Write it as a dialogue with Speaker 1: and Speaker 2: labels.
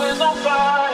Speaker 1: is on fire.